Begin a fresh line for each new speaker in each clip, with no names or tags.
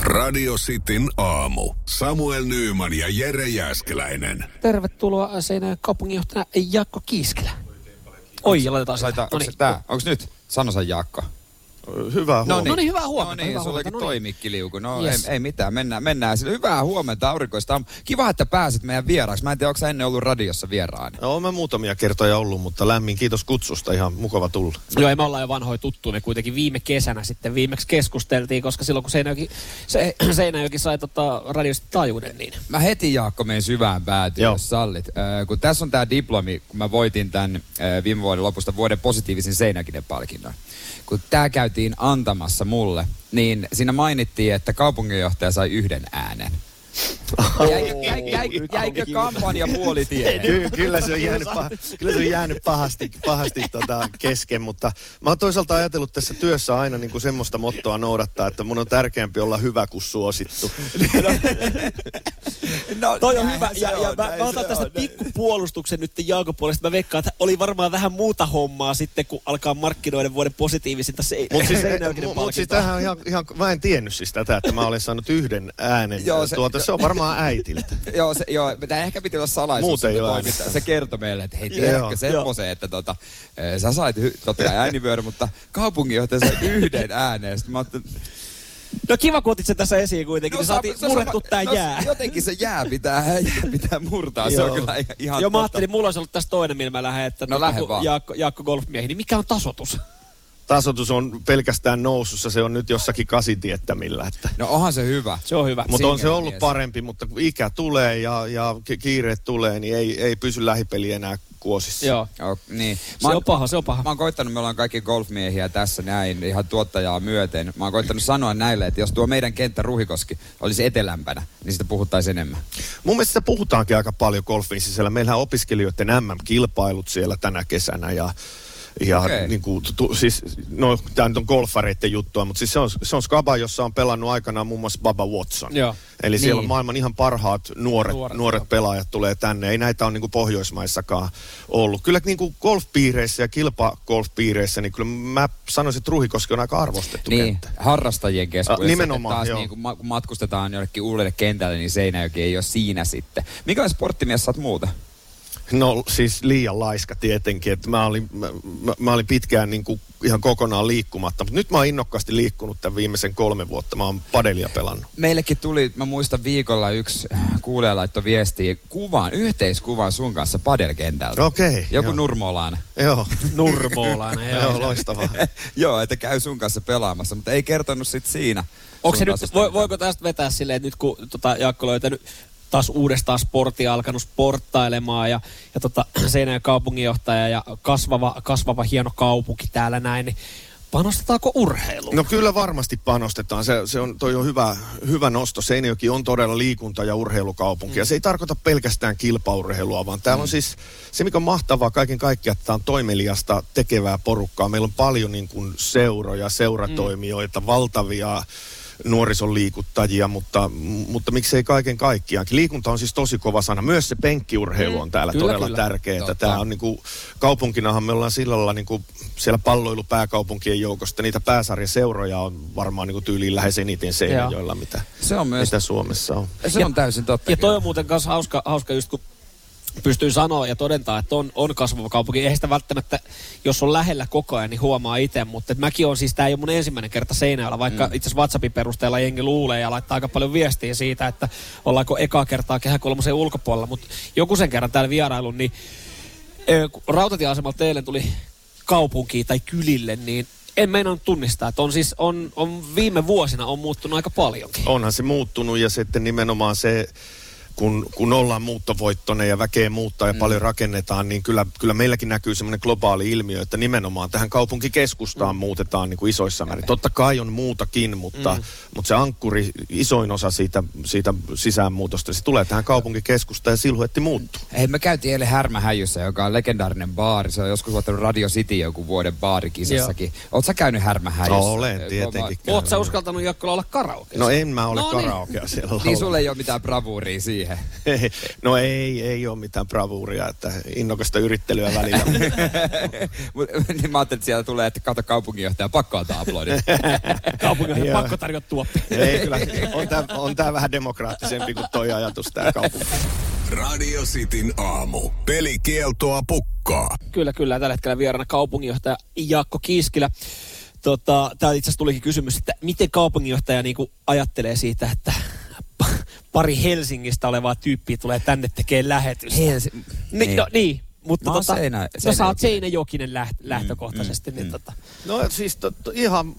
Radio Cityn aamu. Samuel Nyyman ja Jere Jäskeläinen.
Tervetuloa Seinäjoen kaupunginjohtaja Jaakko Kiiskelä. Oi, ja laitetaan sitä.
Laita, onko se
Noniin. No
tää? Onks nyt? Sano sen Jaakko.
Hyvää
No
huomenta.
niin,
hyvää huomenta,
No niin,
hyvää
sullakin
huomenta, no niin.
toimikki liuku. No
Yes.
ei, ei, mitään, mennään, mennään sille. Hyvää huomenta aurinkoista. aamu. Kiva, että pääsit meidän vieraaksi. Mä en tiedä, onko sä ennen ollut radiossa vieraana.
No, Olen muutamia kertoja ollut, mutta lämmin kiitos kutsusta. Ihan mukava tulla.
niin. Joo, ei me ollaan jo vanhoja tuttuja. Me kuitenkin viime kesänä sitten viimeksi keskusteltiin, koska silloin kun Seinäjoki, se, Seinäjoki sai tota, radiosta taajuuden, niin
Mä heti Jaakko menen syvään päätyyn,
Joo.
jos sallit. Äh, kun tässä on tämä diplomi, kun mä voitin tämän äh, viime vuoden lopusta vuoden positiivisen seinäkinen palkinnon. Kun tämä käytiin antamassa mulle, niin siinä mainittiin, että kaupunginjohtaja sai yhden äänen. Jäikö, jäi, jäi, jäikö kampanja puolitiehen?
Ky- kyllä, se on jäänyt pah- kyllä se on jäänyt pahasti, pahasti tota kesken, mutta mä oon toisaalta ajatellut tässä työssä aina niin kuin semmoista mottoa noudattaa, että mun on tärkeämpi olla hyvä kuin suosittu.
No,
Toi on
näinhän
hyvä.
se
Ja,
on,
ja mä,
näin
mä
se
otan
on.
tästä pikkupuolustuksen nyt Jaakon puolesta. Mä veikkaan, että oli varmaan vähän muuta hommaa sitten, kun alkaa markkinoiden vuoden positiivisinta se,
Mutta siis,
Seinäjokinen
mu- mut siis
palkintoa.
tämähän on ihan, ihan, mä en tiennyt siis tätä, että mä olen saanut yhden äänen.
Joo,
Joo,
se-
se, tuota, se on varmaan äitiltä.
Joo, se, joo, tämä ehkä piti olla salaisuus.
Muuten
että
ei ole
toimittaja-
äänestä.
Se kertoi meille, että hei,
Joo.
tiedätkö
Joo.
semmoisen, että tota, eh, sä sait hy- totta kai äänivyöryn, mutta kaupunginjohtaja sai yhden ääneen. Sitten mä ajattelin,
No kiva, kun otit sen tässä esiin kuitenkin. No, niin
sa-
saatiin
sa-
murrettu
sa-
tää
no,
jää.
Jotenkin se jää pitää, jää pitää murtaa, se on
Joo.
kyllä ihan- ihan
Joo, mä
totta.
ajattelin, mulla olisi ollut tässä toinen, millä mä lähden, että
No
tota,
lähde
kun
vaan.
Jaakko, Jaakko golfmiehi, niin mikä on tasotus?
Tasotus on pelkästään nousussa, se on nyt jossakin kasitiettämillä. Että.
No onhan se hyvä.
Se on hyvä.
Mut-
Mutta on se
Singer
ollut
mies.
parempi, mutta kun ikä tulee ja, ja ki- kiire tulee, niin ei, ei pysy lähipeli enää kuosissa.
Joo.
Oh, niin. Mä
Se
oon-
on paha, se on paha.
Mä oon koittanut, me ollaan kaikki golfmiehiä tässä näin, ihan tuottajaa myöten. Mä oon koittanut sanoa näille, että jos tuo meidän kenttä Ruhikoski olisi etelämpänä, niin sitä puhuttaisiin enemmän.
Mun mielestä puhutaankin aika paljon golfin sisällä. Meillähän on opiskelijoiden MM-kilpailut siellä tänä kesänä ja, ja
Okei.
okay. niin kuin, tu, siis, no, tämä nyt on golfareiden juttua, mutta siis se on, se on skaba, jossa on pelannut aikanaan muun muassa Baba Watson.
Joo.
Eli niin. siellä on
Niin.
maailman ihan parhaat nuoret,
Nuoret,
nuoret, nuoret pelaajat tulee tänne. Ei näitä ole niin kuin Pohjoismaissakaan ollut. Kyllä niin kuin golfpiireissä ja kilpagolfpiireissä, niin kyllä mä sanoisin, että Ruhikoski on aika arvostettu
Niin,
kenttä.
harrastajien keskuudessa.
Ah, nimenomaan,
Että taas
joo.
niin, kun, ma- kun matkustetaan jollekin uudelle kentälle, niin Seinäjoki ei ole siinä sitten. Mikä sporttimies sä oot muuta?
No siis liian laiska tietenkin, että mä olin, mä, mä, mä olin pitkään niin kuin ihan kokonaan liikkumatta, mutta nyt mä oon innokkaasti liikkunut tämän viimeisen kolme vuotta, mä oon padelia pelannut.
Meillekin tuli, mä muistan viikolla yksi kuulija laittoi viestiä kuvan, yhteiskuvan sun kanssa padelkentältä.
Okei,
Joku
joo.
nurmolaan.
Joo,
Nurmoolainen, joo.
joo loistavaa.
joo, että käy sun kanssa pelaamassa, mutta ei kertonut sit siinä.
Onko se
sun
nyt,
tasosta
voi,
mitään.
voiko tästä vetää silleen, että nyt kun tota, Jaakko löytänyt taas uudestaan sportia, alkanut sporttailemaan ja, ja tota, Seinäjän kaupunginjohtaja ja kasvava, kasvava hieno kaupunki täällä näin, niin panostetaanko urheiluun?
No kyllä varmasti panostetaan. Se, se on, toi on hyvä, hyvä nosto. Seinäjoki on todella liikunta- ja urheilukaupunki. Mm. Ja se ei tarkoita pelkästään kilpaurheilua, vaan täällä mm. on siis se, mikä on mahtavaa kaiken kaikkiaan, että tämä on toimeliasta tekevää porukkaa. Meillä on paljon niin kuin seuroja, seuratoimijoita, mm. valtavia nuorisoliikuttajia, mutta, mutta miksei kaiken kaikkiaankin. Liikunta on siis tosi kova sana. Myös se penkkiurheilu on täällä
Kyllä,
todella
kyllä.
tärkeää.
Totta.
Tämä on niin kuin, kaupunkinahan me ollaan sillä lailla niin kuin, siellä palloilupääkaupunkien joukosta. Niitä pääsarjaseuroja on varmaan niin kuin, tyyliin lähes eniten Seinäjoella, mitä,
Se on myös,
mitä Suomessa on.
se on täysin totta.
Ja
kyllä.
toi on muuten myös hauska, hauska just kun pystyy sanoa ja todentaa, että on, on kasvava kaupunki. Eihän sitä välttämättä, jos on lähellä koko ajan, niin huomaa itse, mutta et mäkin on siis, tämä ei ole mun ensimmäinen kerta seinällä, vaikka mm. itse asiassa WhatsAppin perusteella jengi luulee ja laittaa aika paljon viestiä siitä, että ollaanko ekaa kertaa kehä kolmosen ulkopuolella, mutta joku sen kerran täällä vierailun, niin ö, kun rautatieasemalta teille tuli kaupunkiin tai kylille, niin en meinannut tunnistaa, että on siis, on, on viime vuosina on muuttunut aika paljonkin.
Onhan se muuttunut ja sitten nimenomaan se, kun, kun ollaan muuttovoittoinen ja väkeä muuttaa ja mm. paljon rakennetaan, niin kyllä, kyllä meilläkin näkyy semmoinen globaali ilmiö, että nimenomaan tähän kaupunkikeskustaan mm. muutetaan niin kuin isoissa määrin. Totta kai on muutakin, mutta, mm. mutta se ankkuri, isoin osa siitä, siitä sisäänmuutosta, se tulee tähän kaupunkikeskustaan ja silhuetti muuttuu.
Hei, me käytiin eilen Härmähäjyssä, joka on legendaarinen baari. Se on joskus ottanut Radio City joku vuoden baarikisassakin. Oot sä käynyt Härmähäjyssä?
No, olen tietenkin.
Oot sä uskaltanut Jakkola olla karaoke?
No en mä ole
No
no,
niin.
karaokea siellä
Niin
laulaa.
sulla ei ole mitään bravuuria siihen. siihen.
No ei, ei ole mitään bravuuria, että innokasta yrittelyä välillä.
Mut, niin mä ajattelin, että siellä tulee, että kato kaupunginjohtaja, pakko antaa aplodit.
Kaupungin
Joo.
pakko tarjota tuoppi.
ei kyllä, on tämä on tää vähän demokraattisempi kuin toi ajatus tämä kaupunki.
Radio Cityn aamu. Pelikieltoa pukkaa.
Kyllä, kyllä. Tällä hetkellä vieraana kaupunginjohtaja Jaakko Kiiskilä. Tota, tää itse asiassa tulikin kysymys, että miten kaupunginjohtaja niinku ajattelee siitä, että pa- pari Helsingistä olevaa tyyppiä tulee tänne tekemään lähetystä.
Helsi-
Niin, no, niin. Mutta
Mä oon
tota,
Seinä-
no, sä
Seinäjokinen. Mm,
oot Seinäjokinen läht- lähtökohtaisesti, niin tota,
No siis to, to, ihan,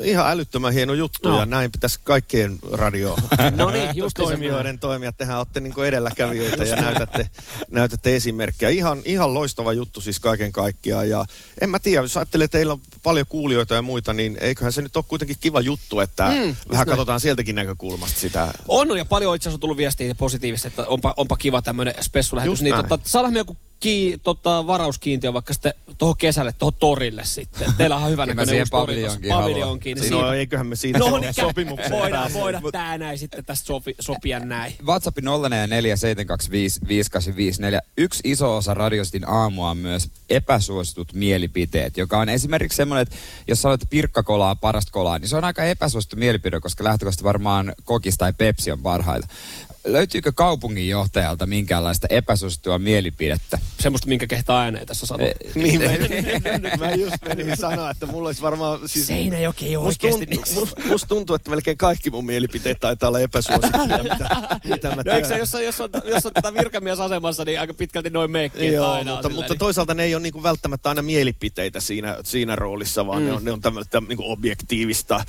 ihan älyttömän hieno juttu
No.
no. ja näin pitäisi kaikkien radio
No niin, just
toimijoiden toimia. Tehän olette niin edelläkävijöitä ja näytätte, näytätte esimerkkejä. Ihan, ihan loistava juttu siis kaiken kaikkiaan ja en mä tiedä, jos ajattelee, että teillä on paljon kuulijoita ja muita, niin eiköhän se nyt ole kuitenkin kiva juttu, että mm, vähän katsotaan sieltäkin näkökulmasta sitä.
On, on, ja paljon itse asiassa on tullut viestiä positiivisesti, että onpa, onpa kiva tämmöinen spessulähetys.
Just
Niin,
näin.
tota, saadaan me joku ki, tota, varauskiintiö vaikka sitten tuohon kesälle, tuohon torille sitten. Teillä on hyvä
Kyllä mä
näköinen
siihen
uusi tori tuossa.
paviljonkiin haluan.
paviljonkiin. Niin
No
siinä,
eiköhän me siitä
no
no,
niin,
sopimuksen
voidaan,
pääse.
voidaan tää näin sitten tästä sopi, sopia näin.
WhatsAppin 044 Yksi iso osa Radiostin aamua on myös epäsuositut mielipiteet, joka on esimerkiksi semmoinen, että jos sanoit että pirkkakolaa on parasta kolaa, niin se on aika epäsuosittu mielipide, koska lähtökohtaisesti varmaan kokis tai pepsi on parhaita. Löytyykö kaupunginjohtajalta minkäänlaista epäsuosittua mielipidettä?
Semmoista, minkä kehtaa ääneen tässä sanoa.
Niin, mä, mä just menin sanoa, että mulla olisi varmaan... Siis,
Seinäjoki ei niin ole
Musta
oikeasti
tuntuu, must, musta tuntuu, että melkein kaikki mun mielipiteet taitaa olla epäsuosittuja, mitä, mitä mä
No eikö se,
tiedän.
jos on, jos on, jos on tätä virkamiesasemassa, niin aika pitkälti noin meikkiä
Joo,
aina on
mutta,
sillä,
mutta
niin-
toisaalta ne ei ole niinku välttämättä aina mielipiteitä siinä, siinä roolissa, vaan mm. ne on, ne on tämmöistä niinku objektiivista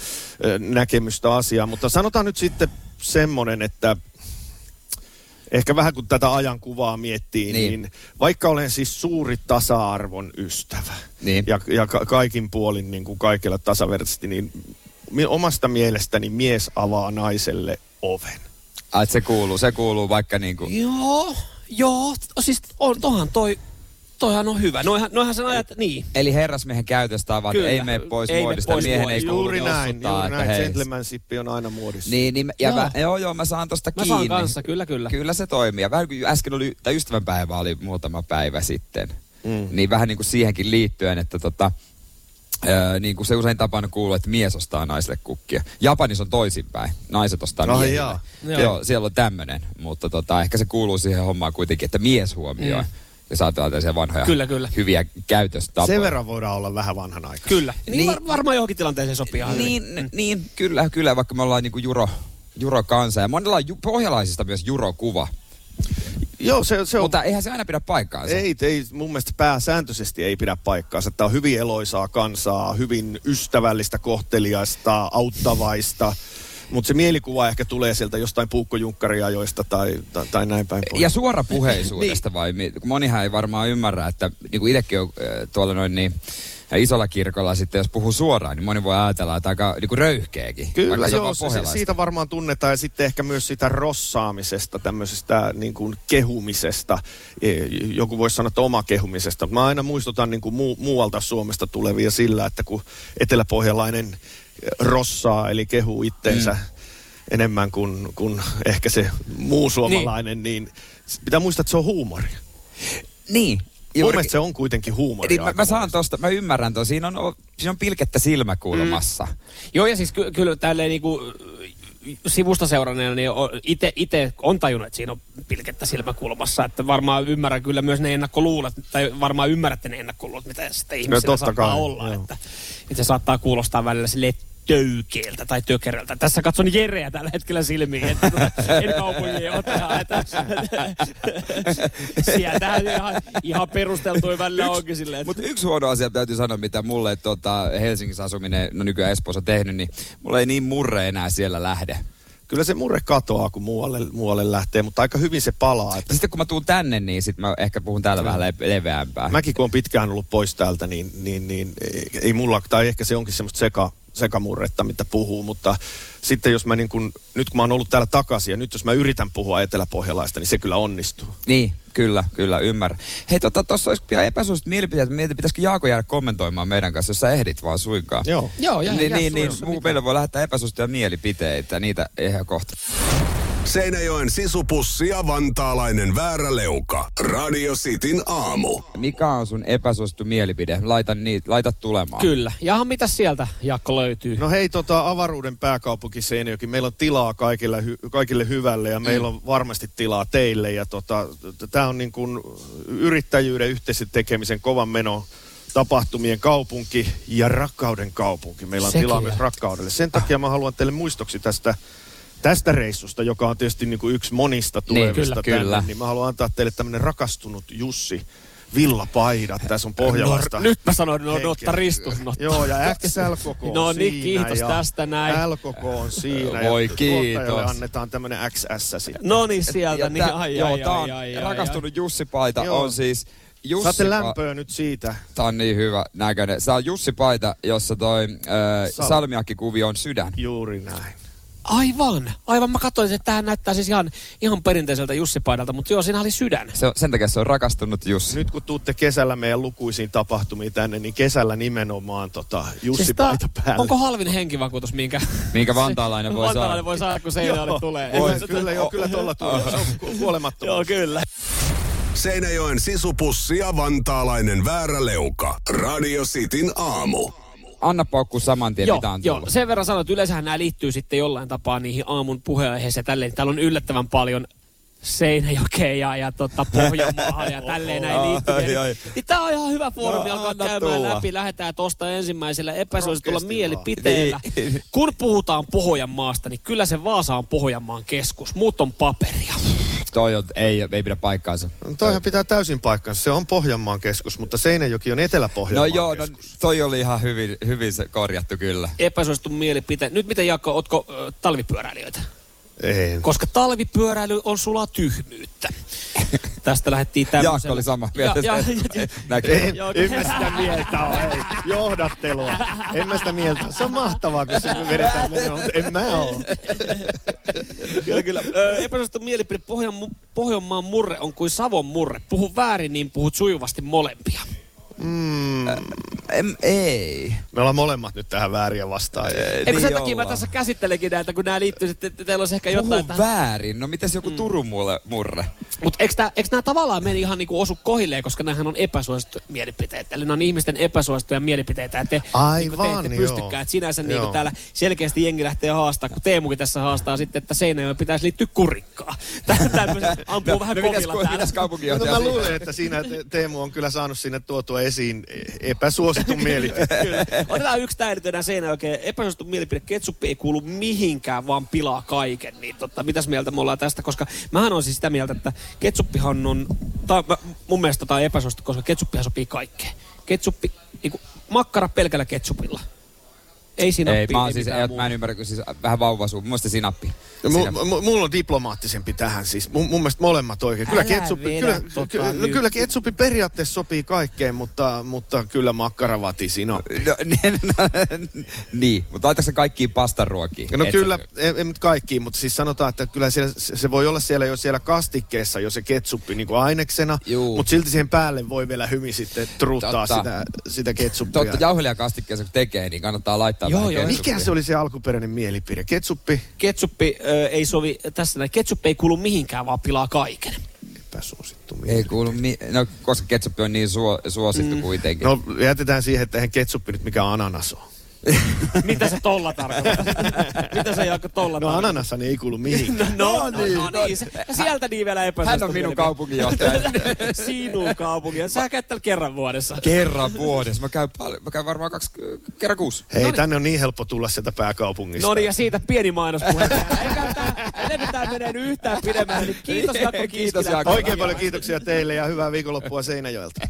ö, näkemystä asiaa. Mutta sanotaan nyt sitten semmoinen, että ehkä vähän kun tätä ajankuvaa miettii, niin,
Niin.
niin vaikka olen siis suuri tasa-arvon ystävä
Niin.
ja, ja ka- kaikin puolin niin kuin kaikilla tasavertaisesti, niin mi- omasta mielestäni mies avaa naiselle oven.
Ai, että se kuuluu, se kuuluu vaikka niin kuin...
Joo, joo. t- Siis on, tohan toi, toihan on hyvä. Noihan, noihan sen ajat, niin.
Eli herrasmiehen käytöstavat
Kyllä.
ei mene pois
Ei mene
muodista,
pois
miehen ei
muodista.
kuulu
Juuri näin,
jossuttaa,
juuri
että
näin.
hei.
Gentlemanship on aina muodissa.
Niin, niin ja
Joo.
joo. Mä, joo, joo, mä saan tosta
Mä saan
kiinni.
kanssa, kyllä, kyllä.
Kyllä se toimii. Ja vähän kuin äsken oli, tai ystävänpäivä oli muutama päivä sitten. Mm. Niin vähän niin kuin siihenkin liittyen, että tota, Öö, niin kuin se usein tapana kuuluu, että mies ostaa naiselle kukkia. Japanissa on toisinpäin. Naiset ostaa
Ai
miehille.
jaa.
Joo.
Joo. joo, siellä on tämmönen. Mutta tota, ehkä se kuuluu siihen hommaan kuitenkin, että mies huomioi. Mm. Ja saattaa tällaisia vanhoja
Kyllä, kyllä.
hyviä käytöstapoja.
Sen verran voidaan olla vähän vanhan aikaa.
Kyllä. Niin,
Niin.
Var, varmaan johonkin tilanteeseen sopii ihan hyvin.
Niin, niin, kyllä, kyllä, vaikka me ollaan niinku juro, juro kansa. Ja monilla on ju, pohjalaisista myös jurokuva.
Joo, se, se on...
Mutta eihän se aina pidä paikkaansa.
ei, ei, mun mielestä pääsääntöisesti ei pidä paikkaansa. Tämä on hyvin eloisaa kansaa, hyvin ystävällistä, kohteliaista, auttavaista. Mutta se mielikuva ehkä tulee sieltä jostain puukkojunkkariajoista tai, tai, tai näin päin pois.
Ja
Niin.
suorapuheisuudesta vai? mi- kun Monihan ei varmaan ymmärrä, että niin kuin itsekin on äh, tuolla noin niin äh, isolla kirkolla sitten, jos puhuu suoraan, niin moni voi ajatella, että aika niin kuin röyhkeäkin.
Kyllä,
vaikka se on
joo,
vaan
se, se-
pohjalaista.
siitä varmaan tunnetaan ja sitten ehkä myös sitä rossaamisesta, tämmöisestä niin kuin kehumisesta. E, Joku voisi sanoa, että oma kehumisesta. Mä aina muistutan niin kuin muu, muualta Suomesta tulevia sillä, että kun eteläpohjalainen e, rossaa, eli kehuu itteensä mm. enemmän kuin, kuin ehkä se muu suomalainen, niin. niin pitää muistaa, että se on huumoria.
Niin.
Mun
juurikin.
mielestä se on kuitenkin huumoria.
Niin, mä,
aika
mä
monesti.
saan tosta, mä ymmärrän tuon. Siinä on, o- siinä on pilkettä silmäkulmassa. Mm.
Joo, ja siis ky- kyllä tälleen niinku y- sivusta seuranneena, niin itse ite on tajunnut, että siinä on pilkettä silmäkulmassa. Että varmaan ymmärrän kyllä myös ne ennakkoluulet, tai varmaan ymmärrätte ne ennakkoluulet, mitä sitten ihmisillä
totta
saattaa
kai,
olla.
joo.
Että, että se saattaa kuulostaa välillä sille töykeeltä tai tökerältä. Tässä katson Jereä tällä hetkellä silmiin, että tuota, en kaupungin ottaa. Että, sieltähän ihan, ihan perusteltuin välillä onkin silleen. Että...
Mutta yksi huono asia täytyy sanoa, mitä mulle tota, Helsingissä asuminen, no nykyään Espoossa tehnyt, niin mulle ei niin murre enää siellä lähde.
Kyllä se murre katoaa, kun muualle, muualle lähtee, mutta aika hyvin se palaa. Että
Ja Sitten kun mä tuun tänne, niin sit mä ehkä puhun täällä vähän le- leveämpää.
Äh. Mäkin kun on pitkään ollut pois täältä, niin, niin, niin ei- ei mulla, tai ehkä se onkin semmoista seka, sekamurretta, mitä puhuu, mutta sitten jos mä niin kun, nyt kun mä oon ollut täällä takaisin ja nyt jos mä yritän puhua eteläpohjalaista, niin se kyllä onnistuu.
Niin, kyllä, kyllä, ymmärrän. Hei, tuossa tota, tossa olisi vielä epäsuosit mielipiteet. Mietin, pitäisikö Jaako jäädä kommentoimaan meidän kanssa, jos sä ehdit vaan suinkaan.
Joo.
Joo,
niin, niin, niin, muu- meille voi lähettää epäsuosittuja mielipiteitä, niitä ihan kohta.
Seinäjoen sisupussi ja vantaalainen vääräleuka. Radio Cityn aamu.
Mikä on sun epäsuosittu mielipide? Laita, niitä, laita tulemaan.
Kyllä. Jaha, mitä sieltä, Jaakko, löytyy?
No hei, tota, avaruuden pääkaupunki Seinäjoki. Meillä on tilaa kaikille, hy- kaikille hyvälle ja meillä on varmasti tilaa teille. Ja tota, tämä on niin kuin yrittäjyyden, yhteisen tekemisen, kovan meno tapahtumien kaupunki ja rakkauden kaupunki. Meillä on
Sekin
tilaa
vielä.
myös rakkaudelle. Sen takia mä haluan teille muistoksi tästä, tästä reissusta, joka on tietysti niin kuin yksi monista tulevista
kyllä,
tänne,
kyllä.
niin mä haluan antaa teille tämmöinen rakastunut Jussi villapaidat. Tässä on pohjalaista.
No, nyt mä sanoin, no
Henkilö.
Notta Ristus. Notta.
Joo, ja XL-koko on
No niin,
siinä.
kiitos
ja
tästä näin.
L-koko on siinä.
Voi
ja tuottajalle
kiitos.
annetaan tämmönen XS sitten.
No niin, sieltä.
Ja
niin,
tää-
ai,
joo,
ai,
tää
ai,
on
ai, ai,
rakastunut Jussi-paita
Joo.
on siis... Jussi
Saatte lämpöä nyt siitä.
Tää on niin hyvä näköinen. Sä on Jussi-paita, jossa toi äh,
Sal-
salmiakkikuvio on sydän.
Juuri näin.
Aivan, aivan. Mä katsoin, että tähän näyttää siis ihan, ihan perinteiseltä Jussi-paidalta, mutta joo, siinä oli sydän. Siis
Se, on- sen takia se on rakastunut Jussi.
Nyt kun tuutte kesällä meidän lukuisiin tapahtumiin tänne, niin kesällä nimenomaan tota Jussi
Siis tää-
paita päälle.
Onko halvin henkivakuutus, minkä
Minkä vantaalainen voi
Vantaalainen
saada?
voi saada, kun seinälle niin tulee?
Voi, kyllä, joo, kyllä tuolla tulee. Se on ku- kuolemattomuus.
Joo, kyllä.
Seinäjoen sisupussi ja vantaalainen vääräleuka. Radio Cityn aamu.
Anna paukku saman tien,
Joo,
mitä on
joo,
tullut.
sen verran sanoin, että yleensähän nämä liittyy sitten jollain tapaa niihin aamun puheenaiheisiin ja tälleen. Täällä on yllättävän paljon Seinäjokeen ja, ja tota Pohjanmaahan ja tälleen näin liittyviä.
Ai, ai.
Niin, niin tää on ihan hyvä foorumi
No,
alkaa
anna
käymään
tulla.
läpi. Lähdetään tuosta ensimmäisellä epäsuositulla
Rohkeasti
mielipiteellä.
Niin.
Kun puhutaan Pohjanmaasta, niin kyllä se Vaasa on Pohjanmaan keskus. Muut on paperia.
Toi on, ei, ei pidä paikkaansa.
No Toihan pitää täysin paikkansa. Se on Pohjanmaan keskus, mutta Seinäjoki on
No
Etelä-Pohjanmaan
joo, no,
keskus.
toi oli ihan hyvin, hyvin se korjattu kyllä.
Epäsuosittu mielipite. Nyt miten Jaakko, ootko ö, talvipyöräilijöitä?
Ei.
Koska talvipyöräily on sulaa tyhmyyttä. Tästä lähdettiin tämmöisellä.
Jaakko oli sama mieltä.
Ja, ja, ja,
Näkyy.
En,
Joo,
en
kyllä.
mä sitä mieltä ole, hei. Johdattelua. En mä sitä mieltä ole. Se on mahtavaa, kun se vedetään menoon, mutta en mä oo.
kyllä, kyllä. Ö, Epäsuosittu mielipide. Pohjan, mu- Pohjanmaan murre on kuin Savon murre. Puhu väärin, niin puhut sujuvasti molempia.
Em, ei.
Me ollaan molemmat nyt tähän vääriä vastaan.
Eikö sen
Niin ollaan.
takia mä tässä käsittelenkin näitä, kun nämä liittyy sitten, että teillä olisi ehkä
Puhu
jotain tähän.
väärin. No mitäs joku Turun mulle, murre?
Mutta eikö, tää- eikö nämä tavallaan meni ihan niinku osu kohilleen, koska nämähän on epäsuosittuja mielipiteitä. Eli ne on ihmisten epäsuosittuja mielipiteitä, että te, niinku, te
Aivan,
ette
joo.
pystykään. Et sinänsä niinku
Joo.
täällä selkeästi jengi lähtee haastaa, kun Teemukin tässä haastaa sitten, että Seinäjoen pitäisi liittyä kurikkaan. Tää- Tämmöisen ampuu vähän
No, mitäs,
kovilla täällä.
mitäs
No,
kaupunginjohtaja?
mä luulen, että siinä Te- Teemu on kyllä saanut sinne tuotua esiin epäsuositun mielipiteen.
Kyllä. Otetaan yksi täydytönä Seinäjokeen. Epäsuosittu mielipide, ketsuppi ei kuulu mihinkään, vaan pilaa kaiken. Niin totta, mitäs mieltä me ollaan tästä? Koska mähän on siis sitä mieltä, että ketsuppihan on... Tää, mä, mun mielestä tämä on epäsuosittu, koska ketsuppihan sopii kaikkeen. Ketsuppi, niinku, makkara pelkällä ketsupilla. Ei sinappi,
Ei, mä, oon siis,
mitään
ei,
muuta.
mä en ymmärrä, kun siis vähän vauvasuu. Mun mielestä sinappi.
No,
Sinappi.
mu- mu- mulla on diplomaattisempi tähän siis. Mun, mun mielestä molemmat oikein. Kyllä,
Älä
ketsupi,
vedä
kyllä,
tota
kyllä, no,
nyt.
kyllä ketsupi periaatteessa sopii kaikkeen, mutta, mutta kyllä makkaravati sinä.
No, niin, no, niin, mutta laitatko sä kaikkiin pastaruokiin?
No
Et-
kyllä, ei, ei nyt kaikkiin, mutta siis sanotaan, että kyllä siellä, se se voi olla siellä jo siellä kastikkeessa jo se ketsuppi niin kuin aineksena,
Juu.
mutta silti siihen päälle voi vielä hymi sitten truttaa
Totta.
sitä, sitä ketsuppia.
Totta, jauhelia kastikkeessa kun tekee, niin kannattaa laittaa
Joo,
vähän
joo.
ketsuppia.
Mikä se oli se alkuperäinen mielipide? Ketsuppi?
Ketsuppi ö, ei sovi tässä näin. Ketsuppi ei kuulu mihinkään, vaan pilaa kaiken.
Epäsuosittu
Ei
mielipide.
kuulu, mi- no koska ketsuppi on niin suo- suosittu mm. kuitenkin.
No jätetään siihen, että eihän ketsuppi nyt No, mikä ananas on.
Mitä se tolla tarkoittaa? Mitä se Jaakko tolla
No
tarkoittaa?
ananashan ei kuulu mihinkään.
No, no, no, niin, no, niin. Sieltä niin vielä
Hän
epäsuosittu
on minun
mielipide.
kaupunginjohtaja.
Sinun kaupunki. Sä käyt täällä kerran vuodessa.
kerran vuodessa. Mä käyn, paljon, mä käyn varmaan kaksi, kerran kuusi.
Hei, tänne on niin helppo tulla sieltä pääkaupungista.
No niin, ja siitä pieni mainospuhe. Eikä tää- Ennen kuin tää menee nyt yhtään pidemmän, niin kiitos Jaakko
Kiitos,
Kiiskilä.
Jaakko.
Oikein paljon kiitoksia teille ja hyvää viikonloppua Seinäjoelta.